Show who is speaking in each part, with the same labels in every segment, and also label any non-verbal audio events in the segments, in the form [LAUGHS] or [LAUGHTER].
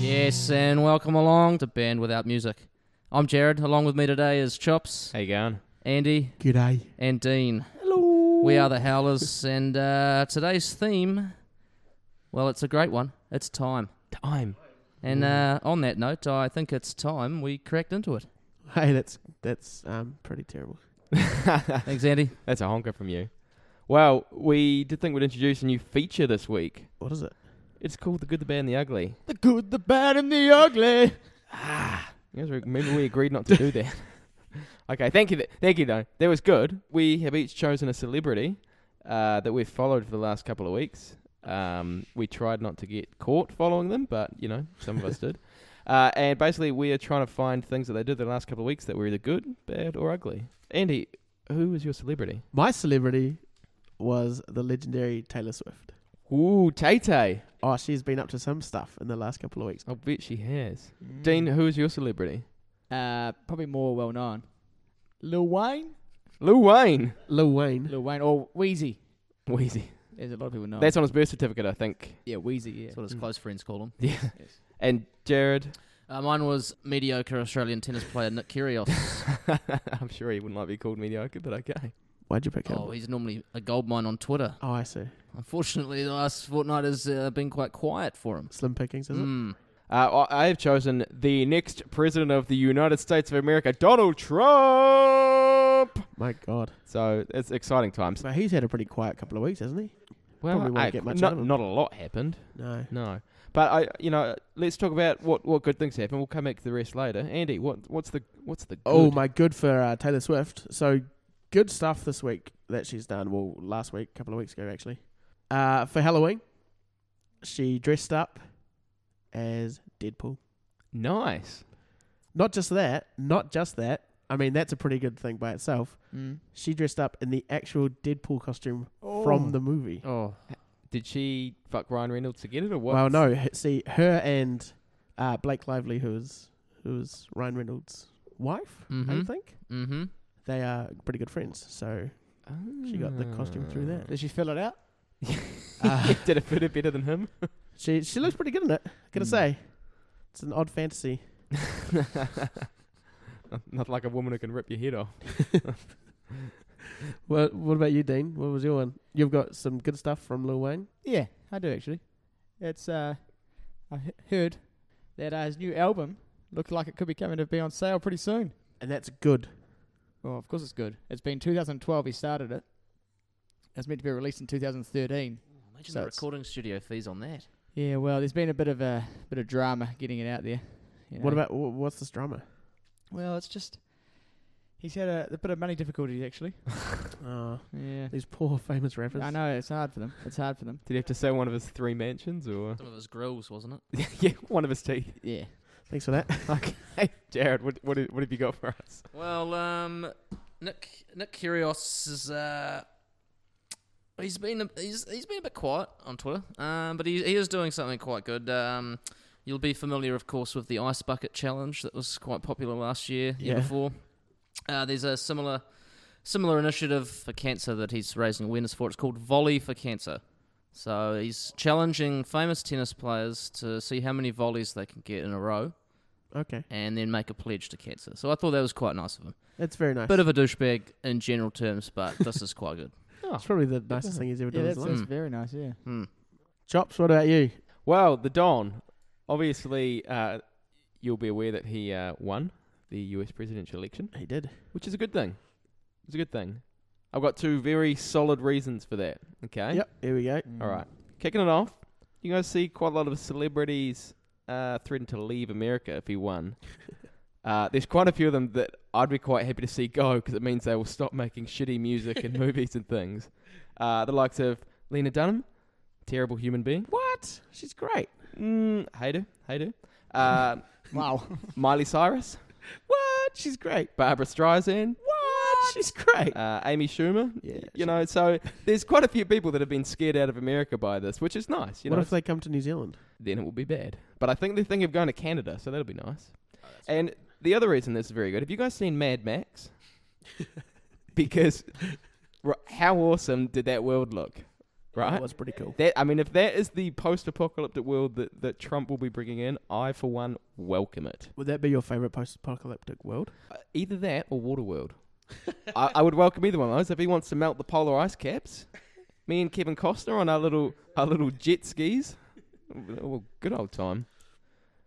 Speaker 1: Yes, and welcome along to Band Without Music. I'm Jared. Along with me today is Chops,
Speaker 2: How you going?
Speaker 1: Andy,
Speaker 3: G'day.
Speaker 1: and Dean. Hello. We are the Howlers, and uh, today's theme, well, it's a great one. It's time.
Speaker 2: Time. [LAUGHS]
Speaker 4: Mm.
Speaker 1: And uh, on that note, I think it's time we cracked into it.
Speaker 3: [LAUGHS] Hey, that's that's um pretty terrible.
Speaker 2: That's
Speaker 1: Thanks, Andy.
Speaker 2: a honker from you. Well, we did think we'd introduce a new feature this week.
Speaker 3: What is it?
Speaker 2: It's called The Good, the Bad, and the Ugly.
Speaker 3: The good, the bad, and the ugly.
Speaker 2: You guys remember we agreed not to [LAUGHS] do that. okay, thank you. Th- thank you, though. That was good. We have each chosen a celebrity uh, that we've followed for the last couple of weeks. Um, we tried not to get caught following them, but, you know, some of us [LAUGHS] did. Uh, and basically, we are trying to find things that they did the last couple of weeks that were either good, bad, or ugly. Andy, who was your celebrity?
Speaker 3: [LAUGHS] My celebrity was the legendary Taylor Swift.
Speaker 2: Ooh, Tay Tay.
Speaker 3: Oh, she's been up to some stuff in the last couple of weeks.
Speaker 2: I'll bet she has. Dean, who is your celebrity?
Speaker 4: Uh, probably more well known. Lil Wayne,
Speaker 2: Lil [LAUGHS] Wayne.
Speaker 3: Lil Wayne.
Speaker 4: Lil Wayne, or Wheezy,
Speaker 2: Wheezy.
Speaker 4: as a lot of people know.
Speaker 2: That's on his birth certificate, I think.
Speaker 4: yeah, Wheezy. Yeah. Mm.
Speaker 1: That's what his close friends call him.
Speaker 2: Yeah. And Jared.
Speaker 1: Uh, mine was mediocre Australian tennis player Nick Kyrgios.
Speaker 2: [LAUGHS]
Speaker 4: [LAUGHS]
Speaker 2: I'm sure he wouldn't like to be called mediocre, but okay.
Speaker 3: Why'd you pick him?
Speaker 1: oh, he's normally a goldmine on Twitter.
Speaker 3: Oh, I see.
Speaker 1: Unfortunately, the last fortnight has uh, been quite quiet for him.
Speaker 3: Slim pickings, is it?
Speaker 1: Mm.
Speaker 2: Uh, I I have chosen the next president of the United States of America, Donald Trump.
Speaker 3: My God.
Speaker 2: So it's exciting times.
Speaker 3: But he's had a pretty quiet couple of weeks, hasn't he? Probably won't get much out
Speaker 2: not,
Speaker 3: of it.
Speaker 2: not a lot happened.
Speaker 3: No.
Speaker 2: No. But I, you know, let's talk about what, what good things happen. We'll come back to the rest later. Andy, what what's the what's the
Speaker 3: Oh,
Speaker 2: good?
Speaker 3: my good for uh, Taylor Swift. So good stuff this week that she's done. Well, last week, a couple of weeks ago, actually. Uh, for Halloween, she dressed up as Deadpool.
Speaker 2: nice.
Speaker 3: Not just that, not just that. I mean, that's a pretty good thing by itself.
Speaker 4: Mm.
Speaker 3: She dressed up in the actual Deadpool costume from the movie.
Speaker 1: Oh,
Speaker 2: Did she fuck Ryan Reynolds to get it or what?
Speaker 3: Well, no, h- see, her and uh, Blake Lively, who is who is Ryan Reynolds' wife, I
Speaker 1: Mhm.
Speaker 3: think
Speaker 1: mm-hmm.
Speaker 3: they are pretty good friends. So
Speaker 2: Ah.
Speaker 3: she got the costume through that.
Speaker 4: Did she fill it out?
Speaker 3: [LAUGHS] Uh,
Speaker 2: [LAUGHS] Did it fit it better than him?
Speaker 3: [LAUGHS] She she looks pretty good in it. Gotta
Speaker 2: Mm.
Speaker 3: say, it's an odd fantasy.
Speaker 2: Not like a woman who can rip your head off.
Speaker 3: What What about you, Dean? What was your one? You've got some good stuff from Lil Wayne.
Speaker 4: Yeah, I do actually. It's uh, I he- heard that uh, his new album looked like it could be coming to be on sale pretty soon.
Speaker 3: And that's good.
Speaker 4: Well, of course it's good. It's been 2012 he started it. It's meant to be released in 2013.
Speaker 1: Oh, Imagine
Speaker 4: So
Speaker 1: the
Speaker 4: it's-
Speaker 1: recording studio fees on that.
Speaker 4: Yeah, well, there's been a bit of a bit of drama getting it out there. you
Speaker 3: What
Speaker 4: know.
Speaker 3: about wh- what's this drama?
Speaker 4: Well, it's just he's had a, a bit of money difficulties actually.
Speaker 3: Oh,
Speaker 4: Yeah.
Speaker 3: these poor [LAUGHS] famous rappers.
Speaker 4: I know it's hard for them. It's hard for them.
Speaker 2: Did he have to sell one of his three mansions or?
Speaker 1: Some of his grills, wasn't it?
Speaker 2: [LAUGHS] yeah, one of his teeth.
Speaker 4: Yeah.
Speaker 3: Thanks for that. [LAUGHS]
Speaker 2: Okay, Jared, what what what have you got for us?
Speaker 1: Well, um, Nick Nick Kyrgios is uh, he's been a, he's he's been a bit quiet on Twitter, um, but he he is doing something quite good. Um, you'll be familiar, of course, with the ice bucket challenge that was quite popular last year, year
Speaker 3: Yeah.
Speaker 1: before. Uh, there's a similar similar initiative for cancer that he's raising awareness for. It's called Volley for Cancer. So he's challenging famous tennis players to see how many volleys they can get in a row,
Speaker 3: Okay,
Speaker 1: and then make a pledge to cancer. So I thought that was quite nice of him.
Speaker 3: that's very nice.
Speaker 1: Bit of a douchebag in general terms, but this is quite good.
Speaker 2: Oh,
Speaker 3: it's probably the nicest thing he's ever
Speaker 4: Yeah,
Speaker 3: done. in his
Speaker 4: that's,
Speaker 3: life.
Speaker 4: that's
Speaker 1: Mm.
Speaker 4: very nice, yeah.
Speaker 1: Hmm.
Speaker 3: Chops. What about you?
Speaker 2: Well, the Don. Obviously, uh, you'll be aware that he uh, won the U.S. presidential election,
Speaker 3: He did.
Speaker 2: which is a good thing. It's a good thing. I've got two very solid reasons for that. Okay.
Speaker 3: Yep. Here we go.
Speaker 2: All right. Kicking it off, you guys see quite a lot of celebrities uh, threatening to leave America if he
Speaker 3: [LAUGHS]
Speaker 2: won. uh, there's quite a few of them that I'd be quite happy to see go because it means they will stop making shitty music
Speaker 3: [LAUGHS]
Speaker 2: and movies and things. Uh, the likes of Lena Dunham, terrible human being.
Speaker 3: What? She's great.
Speaker 2: Mm, hate her, hate
Speaker 3: [LAUGHS]
Speaker 2: her. Uh,
Speaker 4: Wow.
Speaker 2: Miley Cyrus,
Speaker 3: What? She's great.
Speaker 2: Barbara Streisand,
Speaker 3: What? She's
Speaker 2: [LAUGHS]
Speaker 3: great.
Speaker 2: uh, Amy Schumer.
Speaker 3: yeah.
Speaker 2: You know, so there's quite a few people that have been scared out of America by this, which is nice. You
Speaker 3: what
Speaker 2: know,
Speaker 3: if they come to New Zealand?
Speaker 2: then it will be bad. But I think they're thinking of going to Canada, so that'll be nice.
Speaker 3: Oh,
Speaker 2: and the other reason this is very good, have you guys seen Mad
Speaker 3: [LAUGHS]
Speaker 2: Max? because r- how awesome did that world look? right?
Speaker 3: That was pretty cool.
Speaker 2: That I mean, if that is the post-apocalyptic world that, that Trump will be bringing in, I for one welcome it.
Speaker 3: Would that be your favorite post-apocalyptic world?
Speaker 2: Uh, Either that or Waterworld. I, I would welcome either one of those. If he wants to melt the polar ice caps, me and Kevin Costner on our little our little jet skis. Well, good old time.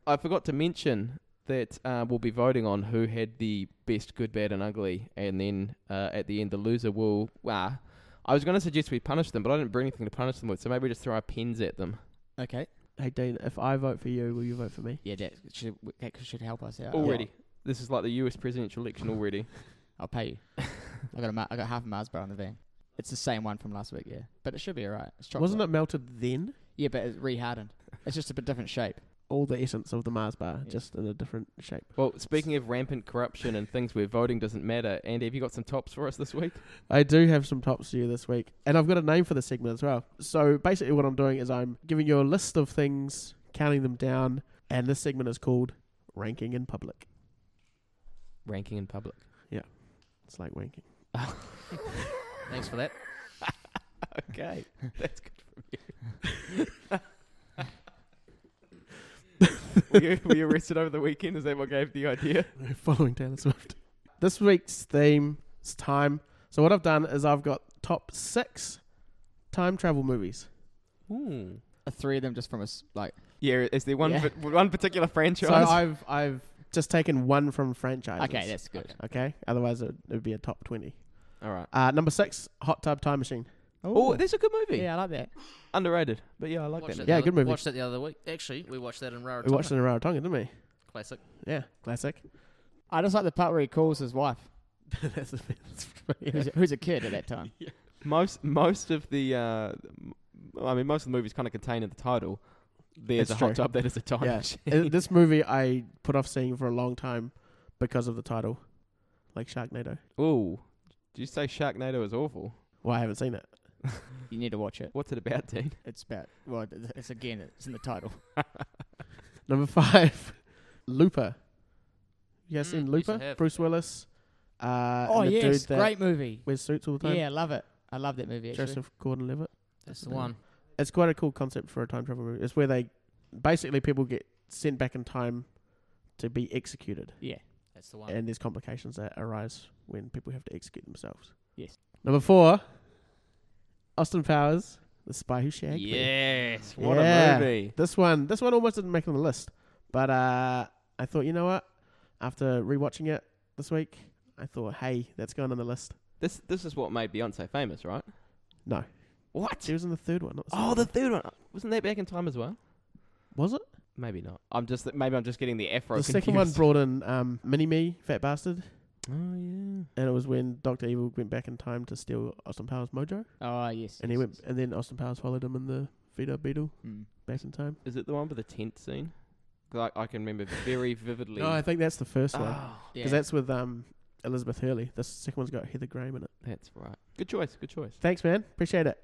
Speaker 2: I forgot to mention that uh, we'll be voting on who had the best good, bad, and ugly, and then uh, at the end the loser will. Ah, I was going to suggest we punish them, but I didn't bring anything to punish them with, so maybe we just throw our pens at them.
Speaker 4: Okay.
Speaker 3: Hey Dean, if I vote for you, will you vote for me?
Speaker 4: Yeah, that should, that should help us out.
Speaker 2: Already, this is like the U.S. presidential election already.
Speaker 4: I'll pay you. I got a ma- I got half a Mars bar in the van. It's the same one from last week, yeah. But it should be alright. It's chocolate.
Speaker 3: Wasn't it melted then?
Speaker 4: Yeah, but it's rehardened. It's just a bit different shape.
Speaker 3: All the essence of the Mars bar,
Speaker 4: Yeah.
Speaker 3: just in a different shape.
Speaker 2: Well, speaking of rampant corruption and things where voting doesn't matter, Andy, have you got some tops for us this week?
Speaker 3: I do have some tops for you this week, and I've got a name for the segment as well. So basically, what I'm doing is I'm giving you a list of things, counting them down, and this segment is called "Ranking in Public."
Speaker 2: Ranking in public.
Speaker 3: It's like ranking. [LAUGHS]
Speaker 1: Thanks for that.
Speaker 2: [LAUGHS] Okay, that's good from you. [LAUGHS] were, you were you arrested over the weekend? Is that what gave the idea?
Speaker 3: Following Taylor Swift. This week's theme is time. So what I've done is I've got top six time travel movies.
Speaker 2: Ooh.
Speaker 4: Uh, Three of them just from us, like
Speaker 2: Yeah, is there one
Speaker 4: Yeah.
Speaker 2: pa- one particular franchise?
Speaker 3: So I've I've just taken one from franchises.
Speaker 4: okay, that's good.
Speaker 3: okay. Otherwise, it would be a top twenty.
Speaker 2: All right.
Speaker 3: Uh, number six, Hot Tub Time Machine.
Speaker 2: Oh, that's a good movie.
Speaker 4: yeah, I like that.
Speaker 2: Underrated, but yeah, I like that.
Speaker 1: Watched it
Speaker 2: Movie.
Speaker 1: the
Speaker 3: Yeah,
Speaker 1: other-
Speaker 3: good movie.
Speaker 1: Watched that the other week. Actually, we watched that in Rarotonga.
Speaker 3: We watched it in Rarotonga, didn't we?
Speaker 1: Classic.
Speaker 3: Yeah, classic.
Speaker 4: I just like the part where he calls his wife,
Speaker 3: [LAUGHS] that's a, that's [LAUGHS] pretty-
Speaker 4: who's, a, who's a kid at
Speaker 3: [LAUGHS]
Speaker 4: that time.
Speaker 2: Most most of the, uh, m- I mean, most of the movies kind of contain in the title. There's
Speaker 3: It's
Speaker 2: a hot
Speaker 3: true.
Speaker 2: tub that is a time
Speaker 3: Yeah.
Speaker 2: machine.
Speaker 3: Uh, this movie I put off seeing for a long time because of the title, like Sharknado.
Speaker 2: [LAUGHS] Ooh, did you say Sharknado is awful?
Speaker 3: Well, I haven't seen it.
Speaker 4: You need to watch it.
Speaker 2: What's it about, Dean?
Speaker 4: It's about well, it- it's again, it's in the title.
Speaker 3: Number [LAUGHS] five, Looper. You guys
Speaker 1: Mm,
Speaker 3: seen
Speaker 1: yes, I
Speaker 3: Looper?
Speaker 1: have.
Speaker 3: Bruce Willis. Uh,
Speaker 4: oh
Speaker 3: and the
Speaker 4: yes,
Speaker 3: dude that
Speaker 4: great movie.
Speaker 3: Wears suits all the time.
Speaker 4: Yeah, I love it. I love that movie. Actually.
Speaker 3: Joseph Gordon-Levitt.
Speaker 1: That's the one.
Speaker 3: It's quite a cool concept for a time travel movie. It's where they basically people get sent back in time to be executed.
Speaker 4: Yeah,
Speaker 1: That's the one.
Speaker 3: and there's complications that arise when people have to execute themselves.
Speaker 4: Yes.
Speaker 3: Number four, Austin Powers, The Spy Who Shagged Me.
Speaker 2: Yes, what
Speaker 3: Yeah.
Speaker 2: a movie!
Speaker 3: This one, this one almost didn't make it on the list, but uh, I thought, you know what? After rewatching it this week, I thought, hey, that's going on the list.
Speaker 2: This this is what made Beyonce famous, right?
Speaker 3: No,
Speaker 2: What?
Speaker 3: she was in the third one. Not
Speaker 2: Oh,
Speaker 3: the second
Speaker 2: the
Speaker 3: one.
Speaker 2: third one wasn't that back in time as well?
Speaker 3: was it?
Speaker 2: Maybe not. I'm just maybe I'm just getting the afro.
Speaker 3: the second one
Speaker 2: confused.
Speaker 3: brought in um, Mini Me, Fat Bastard,
Speaker 2: oh yeah.
Speaker 3: and it was when Doctor Evil went back in time to steal Austin Powers' mojo,
Speaker 4: Oh yes.
Speaker 3: and he
Speaker 4: yes,
Speaker 3: went, and then Austin Powers followed him in the Vita Beetle
Speaker 4: yes. Mm.
Speaker 3: back in time.
Speaker 2: Is it the one with the tent scene? 'Cause I, I can remember very vividly.
Speaker 3: No, Oh, I think that's the first one. 'Cause
Speaker 2: Oh,
Speaker 4: Yeah.
Speaker 3: that's with um, Elizabeth Hurley. The second one's got Heather Graham in it.
Speaker 2: that's right. Good choice. Good choice.
Speaker 3: Thanks, man. Appreciate it.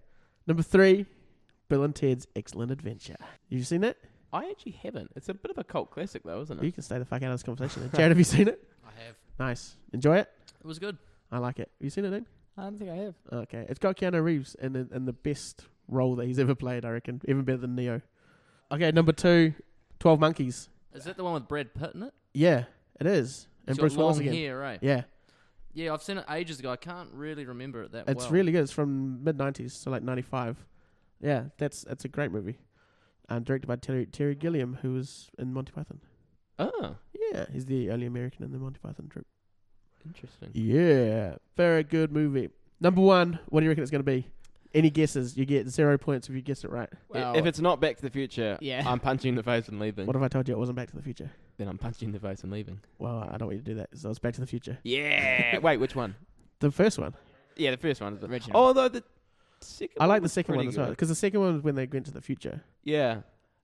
Speaker 3: Number three, Bill and Ted's Excellent Adventure. You've seen that?
Speaker 2: I actually haven't. It's a bit of a cult classic though, isn't
Speaker 3: You
Speaker 2: it?
Speaker 3: can stay the fuck out of this conversation.
Speaker 1: [LAUGHS]
Speaker 3: then. Jared, have you seen it?
Speaker 1: I have.
Speaker 3: Nice. Enjoy it.
Speaker 1: It was good.
Speaker 3: I like it. Have you seen it, Dean?
Speaker 4: I don't think I have.
Speaker 3: Okay. It's got Keanu Reeves in the, in the best role that he's ever played, I reckon. Even better than Neo. Okay, number two, 12 Monkeys.
Speaker 1: Is that the one with Brad Pitt in it?
Speaker 3: Yeah, it is. And
Speaker 1: He's got
Speaker 3: Bruce Willis
Speaker 1: long
Speaker 3: again.
Speaker 1: hair, right? Yeah.
Speaker 3: Yeah,
Speaker 1: I've seen it ages ago. I can't really remember it that well.
Speaker 3: It's really good. It's from mid '90s, so like '95. Yeah, that's that's a great movie. Um, directed by Terry Terry Gilliam, who was in Monty Python.
Speaker 2: Oh,
Speaker 3: Yeah, he's the only American in the Monty Python troupe.
Speaker 2: interesting.
Speaker 3: Yeah, very good movie. Number one, what do you reckon it's going to be? Any guesses? You get zero points if you guess it right.
Speaker 2: I-
Speaker 4: Well,
Speaker 2: if it's not Back to the Future,
Speaker 4: Yeah.
Speaker 2: I'm punching the face and leaving.
Speaker 3: What if I told you it wasn't Back to the Future?
Speaker 2: Then I'm punching the face and leaving.
Speaker 3: Well, I don't want you to do that. So it's Back to the Future,
Speaker 2: Yeah. Wait, which one?
Speaker 3: the first one.
Speaker 2: Yeah, the first one is the
Speaker 4: Original.
Speaker 2: Although the second
Speaker 3: I like the
Speaker 2: was
Speaker 3: second one
Speaker 2: pretty
Speaker 3: as well
Speaker 2: good.
Speaker 3: because the second one was when they went to the future.
Speaker 2: Yeah,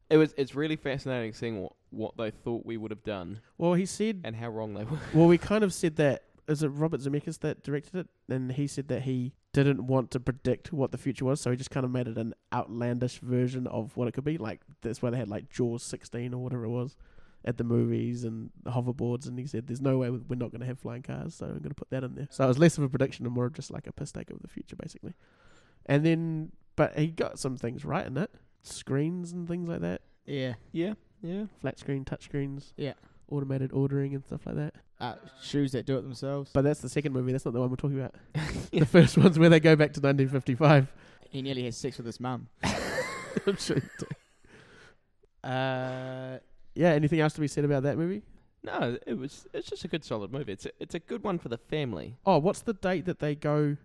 Speaker 2: it was. It's really fascinating seeing what, what they thought we would have done
Speaker 3: Well, he said
Speaker 2: and how wrong they were.
Speaker 3: Well, we kind of said that. Is it Robert Zemeckis that directed it? And he said that he didn't want to predict what the future was, so he just kind of made it an outlandish version of what it could be. Like that's why they had like Jaws 16 or whatever it was at the movies and the hoverboards. And he said, "There's no way we're not going to have flying cars, so I'm going to put that in there." So it was less of a prediction and more of just like a piss take of the future, basically. And then But he got some things right in it. Screens and things like that.
Speaker 4: Yeah.
Speaker 2: [LAUGHS] Yeah, yeah.
Speaker 3: Flat screen, touch screens.
Speaker 4: Yeah.
Speaker 3: Automated ordering and stuff like that.
Speaker 4: Uh, shoes that do it themselves.
Speaker 3: But that's the second movie. That's not the one we're talking about. The first one's where they go back to 1955.
Speaker 4: He nearly has sex with his [LAUGHS] mum.
Speaker 3: I'm sure you do.
Speaker 4: Uh,
Speaker 3: Yeah, anything else to be said about that movie?
Speaker 2: No, it was. It's just a good, solid movie. It's a, it's a good one for the family.
Speaker 3: Oh, what's the date that they go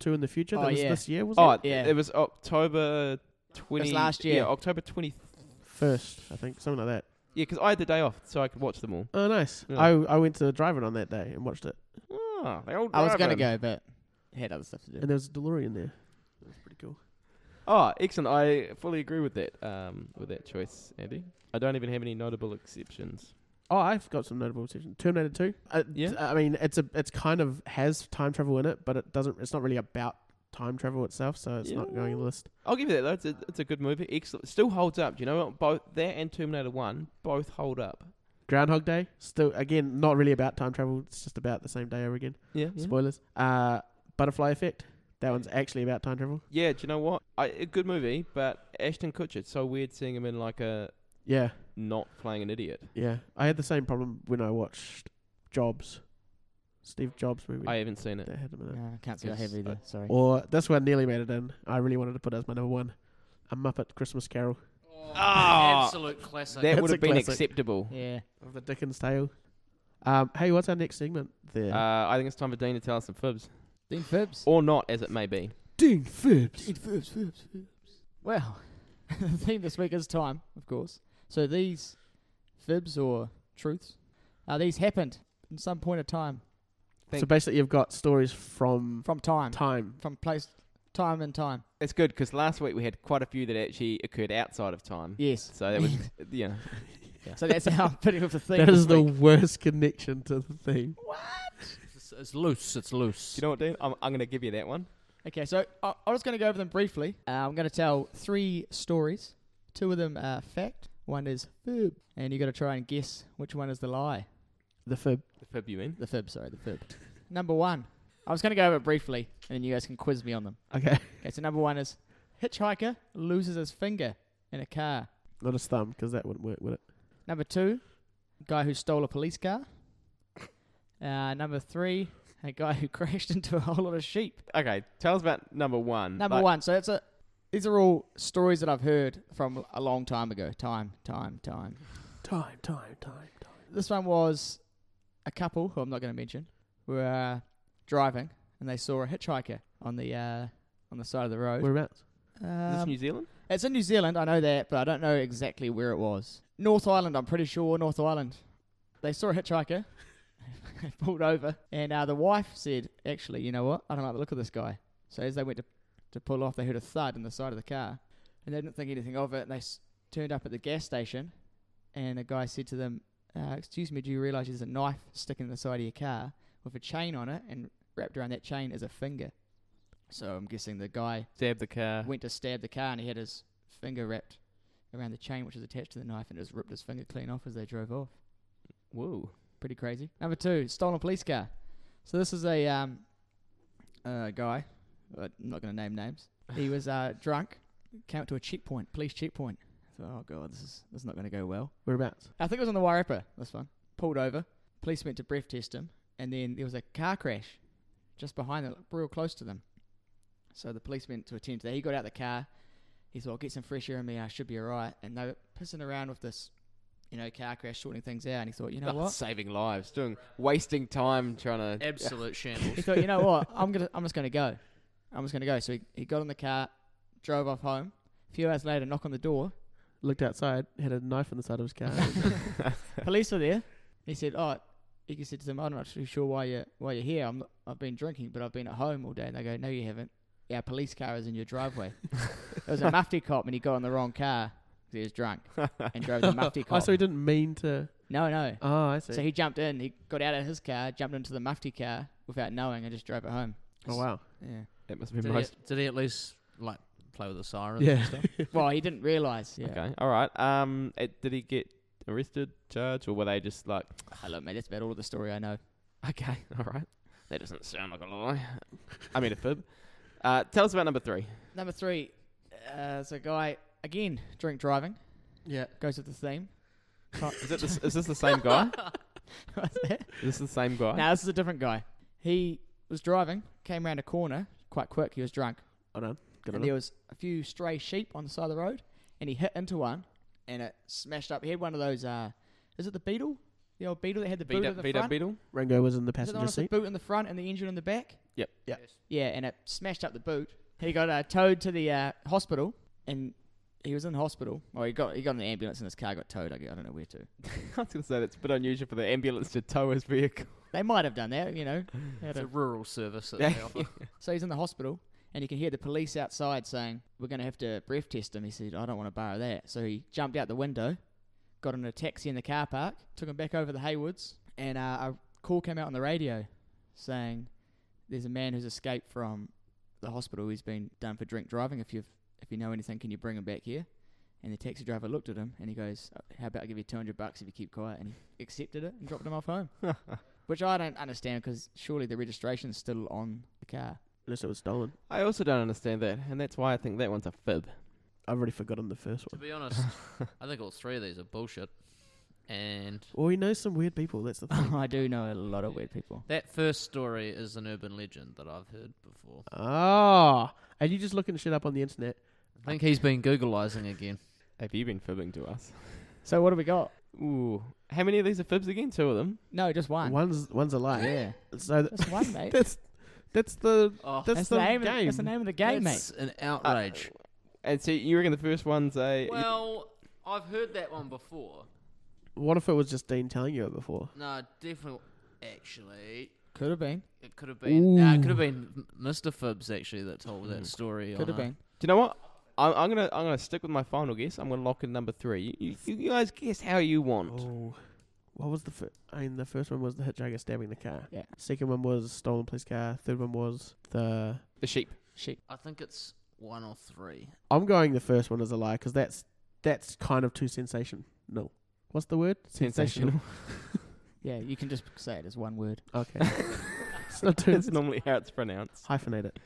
Speaker 3: to in the future? That
Speaker 4: Oh,
Speaker 3: was
Speaker 4: yeah.
Speaker 3: this year, was
Speaker 2: Oh,
Speaker 3: it?
Speaker 2: it-
Speaker 4: Yeah.
Speaker 2: it was October twenty
Speaker 4: last year.
Speaker 2: Yeah, October twenty.
Speaker 3: First, I think, something like that.
Speaker 2: Yeah, because I had the day off, so I could watch them all.
Speaker 3: Oh, nice.
Speaker 2: Yeah.
Speaker 3: I I went to driving on that day and watched it,
Speaker 2: Oh, they all
Speaker 4: I was gonna
Speaker 2: driving.
Speaker 4: go, but had other stuff to do.
Speaker 3: and there was a DeLorean there. That was pretty cool.
Speaker 2: Oh, excellent! I fully agree with that. Um, with that choice, Andy. I don't even have any notable exceptions.
Speaker 3: Oh, I've got some notable exceptions. Terminator Two. Uh,
Speaker 2: Yeah.
Speaker 3: I mean, it's a it's kind of has time travel in it, but it doesn't. It's not really about time travel itself, so it's
Speaker 2: Yeah,
Speaker 3: not going on the list.
Speaker 2: I'll give you that though. It's a, it's a good movie. Excellent. Still holds up. Do you know what? Both that and Terminator One both hold up.
Speaker 3: Groundhog Day. Still, again, not really about time travel. It's just about the same day over again.
Speaker 2: Yeah.
Speaker 3: Spoilers. Uh, Butterfly Effect. That one's actually about time travel.
Speaker 2: Yeah. Do you know what? I, a good movie, but Ashton Kutcher. It's so weird seeing him in like a
Speaker 3: Yeah,
Speaker 2: not playing an idiot.
Speaker 3: yeah. I had the same problem when I watched Jobs, Steve Jobs movie.
Speaker 2: I haven't seen it.
Speaker 3: that had him in it.
Speaker 4: No, Uh, I can't say I have
Speaker 2: Yes,
Speaker 4: either. Sorry.
Speaker 3: Or this one nearly made it in. I really wanted to put it as my number one. A Muppet Christmas Carol
Speaker 2: Ah,
Speaker 1: Oh, absolute classic.
Speaker 2: That
Speaker 3: That's
Speaker 2: would
Speaker 3: a
Speaker 2: have been
Speaker 3: classic.
Speaker 2: acceptable.
Speaker 4: Yeah.
Speaker 3: of the Dickens Tale. Um, hey, what's our next segment there?
Speaker 2: Uh, I think it's time for Dean to tell us some fibs,
Speaker 4: Dean Phipps.
Speaker 2: or not, as it may be.
Speaker 3: Dean Phipps.
Speaker 4: Fibs, fibs, fibs. Well, [LAUGHS] the theme this week is time, of course. So these fibs or truths, uh, these happened in some point of time,
Speaker 3: So basically, you've got stories from
Speaker 4: from time,
Speaker 3: time. Mm.
Speaker 4: from place, time and time.
Speaker 2: It's good because last week we had quite a few that actually occurred outside of time.
Speaker 4: Yes.
Speaker 2: So that was, [LAUGHS] you know,
Speaker 4: So that's how I'm fitting with the theme.
Speaker 3: That
Speaker 4: this
Speaker 3: is the
Speaker 4: week.
Speaker 3: worst connection to the theme.
Speaker 1: It's, it's loose. It's loose.
Speaker 2: Do you know what, Dean? I'm, I'm going to give you that one.
Speaker 4: Okay, so I, I'm just going to go over them briefly. Uh, I'm going to tell three stories. Two of them are fact. One is fib, and you got to try and guess which one is the lie.
Speaker 3: The fib.
Speaker 2: The fib you mean?
Speaker 4: The fib, sorry, the fib. Number one. I was going to go over it briefly, and then you guys can quiz me on them.
Speaker 3: Okay.
Speaker 4: Okay, so number one is hitchhiker loses his finger in a car.
Speaker 3: [LAUGHS] Not his thumb, because that wouldn't work, would it?
Speaker 4: Number two, guy who stole a police car. Uh, number three, a guy who [LAUGHS] crashed into a whole lot of sheep.
Speaker 2: Okay, tell us about number one.
Speaker 4: Number
Speaker 2: Mm. Like,
Speaker 4: one. So that's a. These are all stories that I've heard from a long time ago. Time, time, time.
Speaker 3: Time, time, time, time.
Speaker 4: This one was a couple who I'm not going to mention were uh, driving and they saw a hitchhiker on the uh, on the side of the road.
Speaker 3: Whereabouts?
Speaker 2: Is this
Speaker 4: Um,
Speaker 2: New Zealand?
Speaker 4: It's in New Zealand, I know that, but I don't know exactly where it was. North Island, I'm pretty sure, North Island. They saw a hitchhiker, [LAUGHS] pulled over, and uh, the wife said, Actually, you know what? I don't like the look of this guy. So as they went to, to pull off, they heard a thud in the side of the car, and they didn't think anything of it, and they s- turned up at the gas station, and a guy said to them, uh, Excuse me, do you realise there's a knife sticking in the side of your car with a chain on it, and wrapped around that chain is a finger? So I'm guessing the guy
Speaker 2: Stab the car.
Speaker 4: went to stab the car and he had his finger wrapped around the chain which was attached to the knife and just ripped his finger clean off as they drove off.
Speaker 2: Whoa.
Speaker 4: Pretty crazy. Number two, stolen police car. So this is a um, uh, guy. I'm not going to name names. He was uh, drunk. Came up to a checkpoint, police checkpoint. I thought, oh god, this is this is not going to go well.
Speaker 3: Whereabouts?
Speaker 4: I think it was on the Wairarapa, this one. Pulled over. Police went to breath test him, and then there was a car crash just behind them, real close to them. So the police went to attend to that. He got out the car. He thought, I'll get some fresh air in me, I should be all right. And they were pissing around with this, you know, car crash, sorting things out. And he thought, you know
Speaker 2: Oh, [LAUGHS]
Speaker 4: what?
Speaker 2: Saving lives, doing wasting time trying to.
Speaker 1: Absolute [LAUGHS]
Speaker 3: [LAUGHS]
Speaker 1: shambles.
Speaker 4: He thought, you know what? I'm gonna, I'm just gonna go. I'm just gonna go. So he, he got in the car, drove off home. A few hours later, knock on the door.
Speaker 3: Looked outside, had a knife in the side of his car. [LAUGHS]
Speaker 4: police were there. He said, "Oh," he said to them, "I'm not too sure why you why you're here. I'm not, I've been drinking, but I've been at home all day." And they go, "No, you haven't. Our police car is in your driveway." it was a mufti cop, and he got in the wrong car 'cause he was drunk and drove the
Speaker 3: [LAUGHS]
Speaker 4: mufti
Speaker 3: oh,
Speaker 4: cop.
Speaker 3: so he didn't mean to.
Speaker 4: no, no.
Speaker 3: Oh, I see.
Speaker 4: So he jumped in. He got out of his car, jumped into the mufti car without knowing, and just drove it home.
Speaker 3: oh, wow.
Speaker 4: Yeah.
Speaker 2: [LAUGHS] That must be
Speaker 1: did, he,
Speaker 2: most.
Speaker 1: did he at least like play with the siren?
Speaker 3: [LAUGHS] Yeah.
Speaker 1: And stuff?
Speaker 3: [LAUGHS]
Speaker 4: Well, he didn't realize. Yeah.
Speaker 2: Okay, all right. Um, it, did he get arrested, charged, or were they just like, [LAUGHS]
Speaker 4: Oh, look, mate, that's about all of the story I know.
Speaker 2: okay, all right? That doesn't sound like a lie. I mean a fib. Uh, tell us about number three.
Speaker 4: Number three, Uh, it's a guy again drink driving
Speaker 3: Yeah.
Speaker 4: goes with the theme. [LAUGHS]
Speaker 2: Is, it this, is this the same guy?
Speaker 4: What's that?
Speaker 2: Is this the same guy?
Speaker 4: Now this is a different guy. He was driving, came around a corner quite quick. He was drunk,
Speaker 3: I know. Good
Speaker 4: and there was a few stray sheep on the side of the road, and he hit into one, and it smashed up. He had one of those. Uh, is it the Beetle? The old Beetle that had the boot
Speaker 2: Vita,
Speaker 4: in the
Speaker 2: Vita
Speaker 4: front.
Speaker 2: Beetle?
Speaker 3: Ringo was in the
Speaker 4: Is it the
Speaker 3: passenger
Speaker 4: one with the
Speaker 3: seat.
Speaker 4: boot in the front and the engine in the back?
Speaker 2: Yep.
Speaker 3: Yeah.
Speaker 1: Yes.
Speaker 4: Yeah, and it smashed up the boot. He got uh, towed to the uh, hospital, and he was in hospital. Well, he got he got in an ambulance, and his car got towed. I g- I don't know where to.
Speaker 2: [LAUGHS] I was going to say that's a bit unusual for the ambulance to tow his vehicle.
Speaker 4: They might have done that, you know. Had
Speaker 1: It's
Speaker 4: a-
Speaker 1: a rural service that they offer.
Speaker 4: So he's in the hospital, and you can hear the police outside saying, "We're going to have to breath test him." He said, "I don't want to borrow that." So he jumped out the window, got in a taxi in the car park, took him back over the Haywoods, and uh, a call came out on the radio saying, "There's a man who's escaped from the hospital. He's been done for drink driving. If you if you know anything, can you bring him back here?" And the taxi driver looked at him and he goes, "How about I give you two hundred bucks if you keep quiet?" And he accepted it and dropped him off home, which I don't understand because surely the registration's still on the car.
Speaker 3: Unless it was stolen.
Speaker 2: I also don't understand that, and that's why I think that one's a fib.
Speaker 3: I've already forgotten the first
Speaker 1: to
Speaker 3: one.
Speaker 1: be
Speaker 3: [LAUGHS]
Speaker 1: honest, I think all three of these are bullshit. And
Speaker 3: Well, he knows some weird people. That's the thing.
Speaker 4: [LAUGHS] I do know a lot of weird people.
Speaker 1: that first story is an urban legend that I've heard before.
Speaker 3: [LAUGHS] Ah, and you just looking shit up on the internet.
Speaker 1: I think he's been Googleizing again.
Speaker 2: Have you been fibbing to us?
Speaker 4: So what do we got?
Speaker 2: Ooh. How many of these are fibs again? Two of them.
Speaker 4: No, [LAUGHS] just one.
Speaker 3: One's one's a lie.
Speaker 4: Yeah,
Speaker 3: So th-
Speaker 4: just one, [LAUGHS] mate.
Speaker 3: that's that's the
Speaker 1: Oh,
Speaker 3: that's,
Speaker 4: That's
Speaker 3: the,
Speaker 4: the, name Of,
Speaker 3: game.
Speaker 4: that's the name of the game, mate.
Speaker 1: that's an outrage.
Speaker 2: uh, And so you reckon the first one's a.
Speaker 1: well, I've heard that one before.
Speaker 3: [LAUGHS] What if it was just Dean telling you it before?
Speaker 1: No, definitely. Actually,
Speaker 4: Could have been.
Speaker 1: it could have been. Uh, it could have been Mr. Phibbs actually that told
Speaker 3: Hmm.
Speaker 1: that story.
Speaker 4: Could
Speaker 1: on
Speaker 4: have
Speaker 1: a-
Speaker 4: been.
Speaker 2: Do you know what? I'm, I'm gonna I'm gonna stick with my final guess. I'm gonna lock in number three. You, you, you guys guess how you want.
Speaker 3: Oh, what was the? Fir- I mean, the first one was the hitchhiker stabbing the car.
Speaker 4: Yeah.
Speaker 3: Second one was stolen police car. Third one was the.
Speaker 2: The sheep.
Speaker 4: Sheep.
Speaker 1: I think it's one or three.
Speaker 3: I'm going the first one as a lie because that's that's kind of too sensational. No, what's the word?
Speaker 2: Sensational.
Speaker 4: Yeah, you can just say it as one word.
Speaker 3: Okay, [LAUGHS] it's not
Speaker 2: [LAUGHS]
Speaker 3: too
Speaker 4: [LAUGHS]
Speaker 2: That's normally how it's pronounced.
Speaker 3: hyphenate it.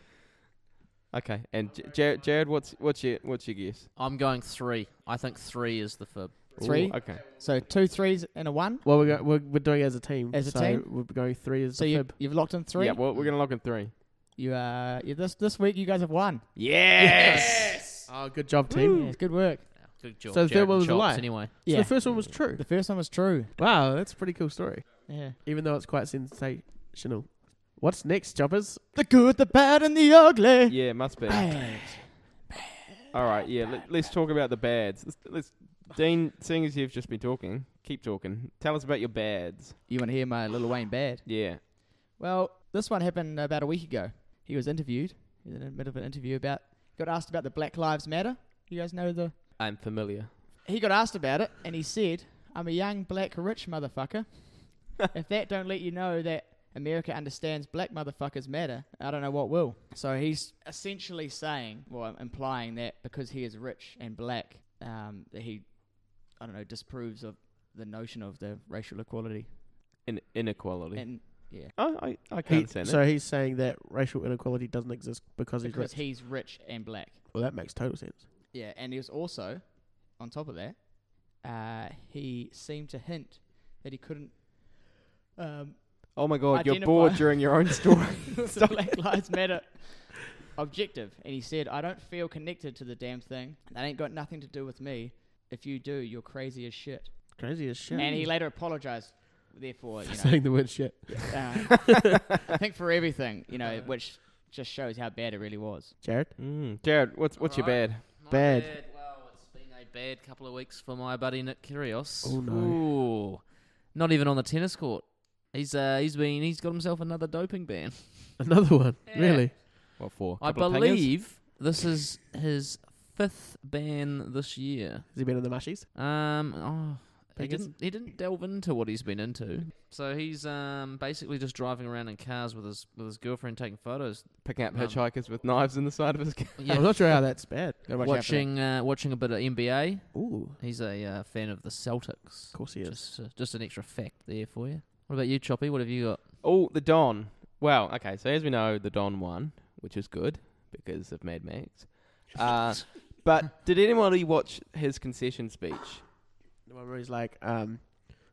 Speaker 2: Okay. And J- Jared, Jared, what's what's your what's your guess?
Speaker 1: I'm going three. I think three is the fib.
Speaker 4: Three.
Speaker 2: Ooh, okay.
Speaker 4: So two threes and a one.
Speaker 3: Well, we're, go- we're we're doing it as a team.
Speaker 4: As a
Speaker 3: so
Speaker 4: team?
Speaker 3: we're going three as
Speaker 4: So
Speaker 3: the
Speaker 4: you,
Speaker 3: fib.
Speaker 4: you've locked in three.
Speaker 2: Yeah. Well, we're gonna lock in three.
Speaker 4: You uh, you, this this week you guys have won.
Speaker 2: Yes.
Speaker 3: Oh, good job,
Speaker 4: Yeah,
Speaker 3: team.
Speaker 4: it's good work.
Speaker 1: Yeah, Good job.
Speaker 3: So the third
Speaker 1: Jared
Speaker 3: one
Speaker 1: and
Speaker 3: was a
Speaker 1: Chops,
Speaker 3: lie.
Speaker 1: Anyway,
Speaker 3: So
Speaker 4: Mm. Yeah.
Speaker 3: the first one was true.
Speaker 4: The first one was true.
Speaker 3: Wow, that's a pretty cool story.
Speaker 4: Yeah.
Speaker 3: Even though it's quite sensational. What's next, choppers?
Speaker 4: The good, the bad, and the ugly.
Speaker 2: Yeah. Must be. All right. Yeah. Let, let's talk about the bads. Let's, let's Dean. Seeing as you've just been talking, keep talking. Tell us about your bads.
Speaker 4: You want to hear my little Wayne bad?
Speaker 2: Yeah.
Speaker 4: Well, this one happened about a week ago. He was interviewed. He was in a bit of an interview about. Got asked about the Black Lives Matter. You guys know the
Speaker 2: I'm familiar.
Speaker 4: He got asked about it, and he said, "I'm a young black rich
Speaker 3: [LAUGHS]
Speaker 4: motherfucker. if that don't let you know that America understands black motherfuckers matter, I don't know what will." So he's essentially saying, well, implying that because he is rich and black, um, that he, I don't know, disapproves of the notion of the racial equality.
Speaker 2: In, inequality.
Speaker 4: And yeah,
Speaker 2: oh, I I
Speaker 3: He-
Speaker 2: can't say that.
Speaker 3: so he's saying that racial inequality doesn't exist because he's
Speaker 4: because
Speaker 3: rich.
Speaker 4: he's rich and black.
Speaker 3: Well, that makes total sense.
Speaker 4: Yeah, and he was also, on top of that, uh, he seemed to hint that he couldn't. Um, [LAUGHS]
Speaker 2: Oh my god, you're
Speaker 4: Identify-
Speaker 2: bored during your own
Speaker 4: [LAUGHS]
Speaker 2: story.
Speaker 4: the Black Lives Matter objective. And he said, I don't feel connected to the damn thing. That ain't got nothing to do with me. If you do, you're crazy as shit.
Speaker 3: Crazy as shit. [LAUGHS]
Speaker 4: And he later apologized, therefore, you know,
Speaker 3: saying the word shit.
Speaker 4: uh, I think for everything, you know, which just shows how bad it really was.
Speaker 3: Jared?
Speaker 2: mm. Jared, what's what's your
Speaker 1: Alright.
Speaker 2: bad?
Speaker 1: My
Speaker 3: Bad.
Speaker 1: Well, it's been a bad couple of weeks for my buddy Nick Kyrgios.
Speaker 3: Oh, no.
Speaker 1: Ooh. not even on the tennis court. He's uh, he's been he's got himself another doping ban.
Speaker 3: Another [LAUGHS] one.
Speaker 1: Yeah.
Speaker 3: Really?
Speaker 2: What for?
Speaker 1: I believe this is his fifth ban this year.
Speaker 3: Has he been in the mushies?
Speaker 1: Um, oh, he
Speaker 3: Fingers?
Speaker 1: didn't he didn't delve into what he's been into. So he's um basically just driving around in cars with his with his girlfriend taking
Speaker 3: [LAUGHS]
Speaker 1: photos,
Speaker 2: picking up
Speaker 1: Um,
Speaker 2: hitchhikers with knives in the side of his car.
Speaker 3: I'm not sure how that's bad.
Speaker 4: Gotta watch out for that.
Speaker 1: watching uh, watching a bit of NBA.
Speaker 3: Ooh,
Speaker 1: He's a uh, fan of the Celtics.
Speaker 3: of course he is.
Speaker 1: Just, uh, just an extra fact there for you. What about you, Choppy? What have you got?
Speaker 2: Oh, the Don. Well, okay, so as we know, the Don won, which is good because of Mad Max. [LAUGHS] Uh,
Speaker 3: [LAUGHS]
Speaker 2: But did anybody watch his concession speech?
Speaker 3: The one where he's like, um,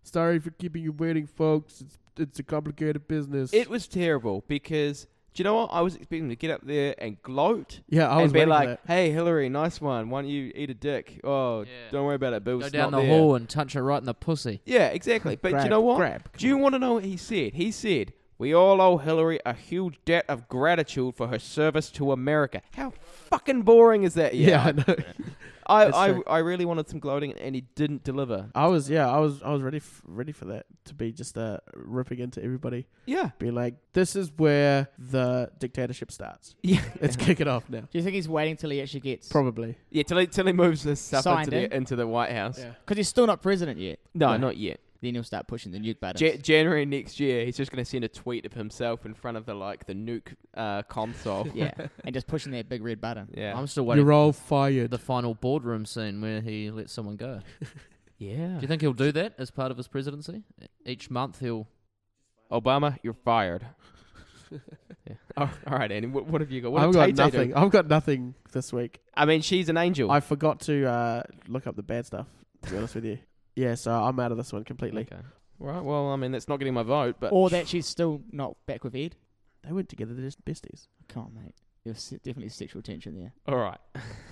Speaker 3: sorry for keeping you waiting, folks. It's it's a complicated business.
Speaker 2: It was terrible because do you know what? I was expecting him to get up there and gloat
Speaker 3: yeah, I was
Speaker 2: and be
Speaker 3: waiting for
Speaker 2: like,
Speaker 3: that.
Speaker 2: "Hey, Hillary, nice one. Why don't you eat a dick? Oh,
Speaker 1: Yeah.
Speaker 2: don't worry about it. Bill's
Speaker 1: Go down
Speaker 2: not
Speaker 1: the
Speaker 2: there."
Speaker 1: hall and touch her right in the pussy.
Speaker 2: Yeah, exactly.
Speaker 3: [LAUGHS]
Speaker 2: But do
Speaker 3: Grab,
Speaker 2: you know what?
Speaker 3: Grab.
Speaker 2: Do you want to know what he said? He said, "We all owe Hillary a huge debt of gratitude for her service to America." How fucking boring is that?
Speaker 3: Yeah,
Speaker 2: [LAUGHS]
Speaker 3: I
Speaker 2: Yeah,
Speaker 3: know.
Speaker 2: I,
Speaker 3: That's
Speaker 2: I,
Speaker 3: true.
Speaker 2: I really wanted some gloating, and he didn't deliver.
Speaker 3: I was yeah, I was I was ready f- ready for that to be just uh ripping into everybody,
Speaker 2: Yeah,
Speaker 3: be like, this is where the dictatorship starts.
Speaker 2: yeah,
Speaker 3: Let's kick it off now.
Speaker 4: Do you think he's waiting till he actually gets?
Speaker 3: Probably.
Speaker 2: yeah. Till he, till he moves this stuff into
Speaker 4: Signed in.
Speaker 2: the, into the White House.
Speaker 4: Because he's still not president yet.
Speaker 2: No,
Speaker 3: No.
Speaker 2: not yet.
Speaker 4: Then he'll start pushing the nuke buttons.
Speaker 2: Ja- January next year, he's just going to send a tweet of himself in front of the like the nuke uh,
Speaker 3: [LAUGHS]
Speaker 2: console.
Speaker 4: [LAUGHS] yeah, and just pushing that big red button.
Speaker 2: yeah,
Speaker 1: I'm still waiting
Speaker 3: You're all
Speaker 1: for
Speaker 3: fired.
Speaker 1: the final boardroom scene where he lets someone go.
Speaker 2: yeah.
Speaker 1: Do you think he'll do that as part of his presidency? E-, Each month he'll.
Speaker 2: Obama, you're fired.
Speaker 3: [LAUGHS]
Speaker 2: yeah. all, all right, Andy. What, what have you got? What
Speaker 3: I've
Speaker 2: did
Speaker 3: got
Speaker 2: Tay-Tay do?
Speaker 3: nothing. I've got nothing this week.
Speaker 2: I mean, she's an angel.
Speaker 3: I forgot to uh, look up the bad stuff. To be honest with you, yeah. So I'm out of this one completely.
Speaker 2: Okay. All Right. Well, I mean, that's not getting my vote, but
Speaker 4: Or that she's still not back with Ed.
Speaker 3: They went together. They're just besties.
Speaker 4: Come on, mate. There's se- definitely sexual tension there.
Speaker 2: [LAUGHS] all right.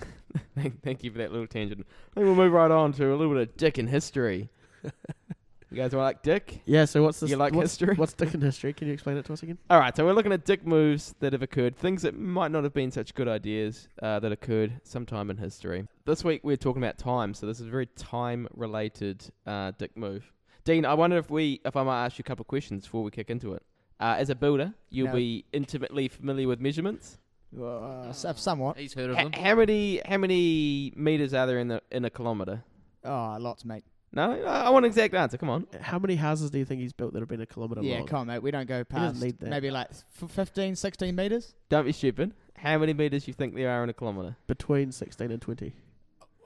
Speaker 2: [LAUGHS] thank, thank you for that little tangent. I think we'll move right on to a little bit of dick in
Speaker 3: [LAUGHS]
Speaker 2: history. you guys want like dick?
Speaker 3: Yeah. So what's this?
Speaker 2: You like
Speaker 3: what's,
Speaker 2: history?
Speaker 3: what's Dick in history? Can you explain it to us again?
Speaker 2: All right, so we're looking at dick moves that have occurred, things that might not have been such good ideas uh, that occurred sometime in history. This week we're talking about time, so this is a very time-related uh, dick move. Dean, I wonder if we, if I might ask you a couple of questions before we kick into it. Uh, as a builder, you'll
Speaker 4: No.
Speaker 2: be intimately familiar with measurements.
Speaker 4: Uh, so- somewhat.
Speaker 1: He's heard of
Speaker 2: H-
Speaker 1: them.
Speaker 2: [LAUGHS] how many, how many meters are there in the in a kilometer?
Speaker 4: Oh, lots, mate.
Speaker 2: No, I I want an exact answer. Come on.
Speaker 3: How many houses do you think he's built that have been a kilometre
Speaker 4: Yeah,
Speaker 3: long?
Speaker 4: come on, mate. We don't go past
Speaker 3: need that.
Speaker 4: maybe like f- 15, 16 meters.
Speaker 2: Don't be stupid. How many meters do you think there are in a kilometer?
Speaker 3: Between sixteen and twenty,